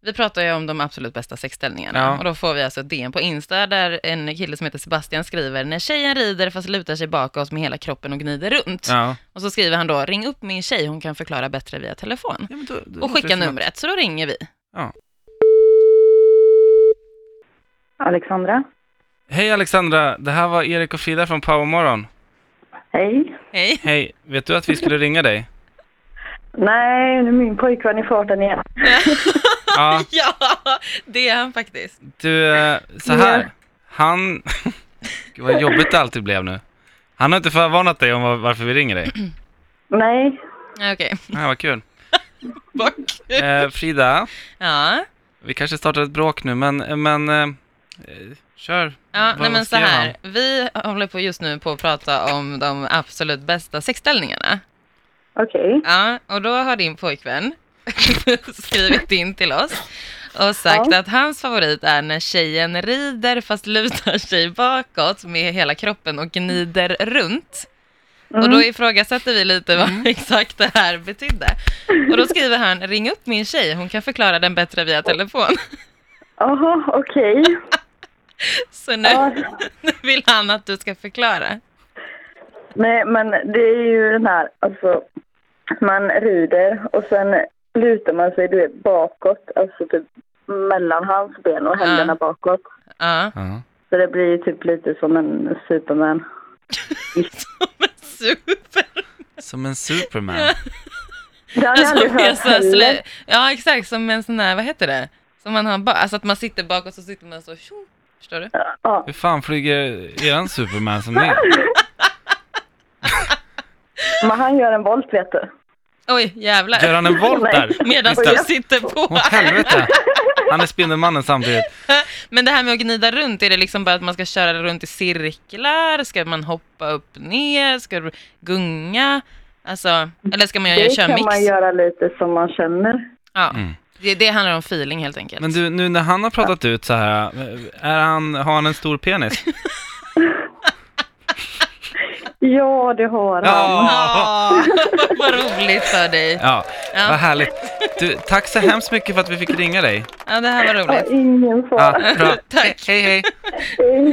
Vi pratar ju om de absolut bästa sexställningarna Ja. och då får vi alltså ett DM på Insta där en kille som heter Sebastian skriver när tjejen rider fast lutar sig bakåt med hela kroppen och gnider runt. Ja. Och så skriver han då ring upp min tjej, hon kan förklara bättre via telefon. Ja, men då- då Och låter det skicka som att- numret, så då ringer vi. Alexandra? Hej Alexandra, det här var Erik och Frida från Powermorgon. Hej. Hej. Hej, vet du att vi skulle ringa dig? Nej, nu är min pojkvän i farten igen. Ja, Ja, det är han faktiskt. du, eh, så Ja. här. Han... Gud vad jobbigt det alltid blev nu. Han har inte förvarnat dig om var- varför vi ringer dig. Nej. Ja, Okej. Ja, vad kul. Vad kul. Eh, Frida, Ja. vi kanske startar ett bråk nu, men, men eh, eh, kör. Ja, Vad- nej men vad så skrev här. Vi håller på just nu på att prata om de absolut bästa sexställningarna. Okej. Ja, och då har din pojkvän skrivit in till oss och sagt Ja. att hans favorit är när tjejen rider fast lutar sig bakåt med hela kroppen och gnider runt. Och Mm. då ifrågasatte vi lite vad exakt det här betydde. Och då skriver han, ring upp min tjej, hon kan förklara den bättre via telefon. Jaha, okej. Så nu, Ja. nu vill han att du ska förklara. Nej, men det är ju den här, alltså, man rider och sen lutar man sig, du vet, bakåt, alltså typ mellan hans ben och händerna bakåt. Ja, Ja. Så det blir ju typ lite som en Superman. som en super. Som en superman. Det har jag Som aldrig Alltså, är hört så här heller. slö... Ja, exakt, som en sån här, vad heter det? Som man har ba... Alltså att man sitter bakåt så sitter man så, tjo, förstår du? Ja. Hur fan flyger eran superman som ni? Men han gör en volt, vet du. Oj, jävlar. Gör han en volt där? Medan Just du det. sitter på. Åh helvete! Han är Spindelmannen samtidigt. Men det här med att gnida runt, är det liksom bara att man ska köra runt i cirklar? Ska man hoppa upp ner? Ska du gunga? Alltså, eller ska man göra, Det köra kan mix? man göra lite som man känner. Ja, Mm. det, det handlar om feeling helt enkelt. Men du, nu när han har pratat ut så här, är han, har han en stor penis? Ja, det har han. Ja, vad roligt för dig. Ja, Ja. vad härligt. Du, tack så hemskt mycket för att vi fick ringa dig. Ja, det här var roligt. Ja, ingen fara. Ja, bra. Tack. Hej, hej.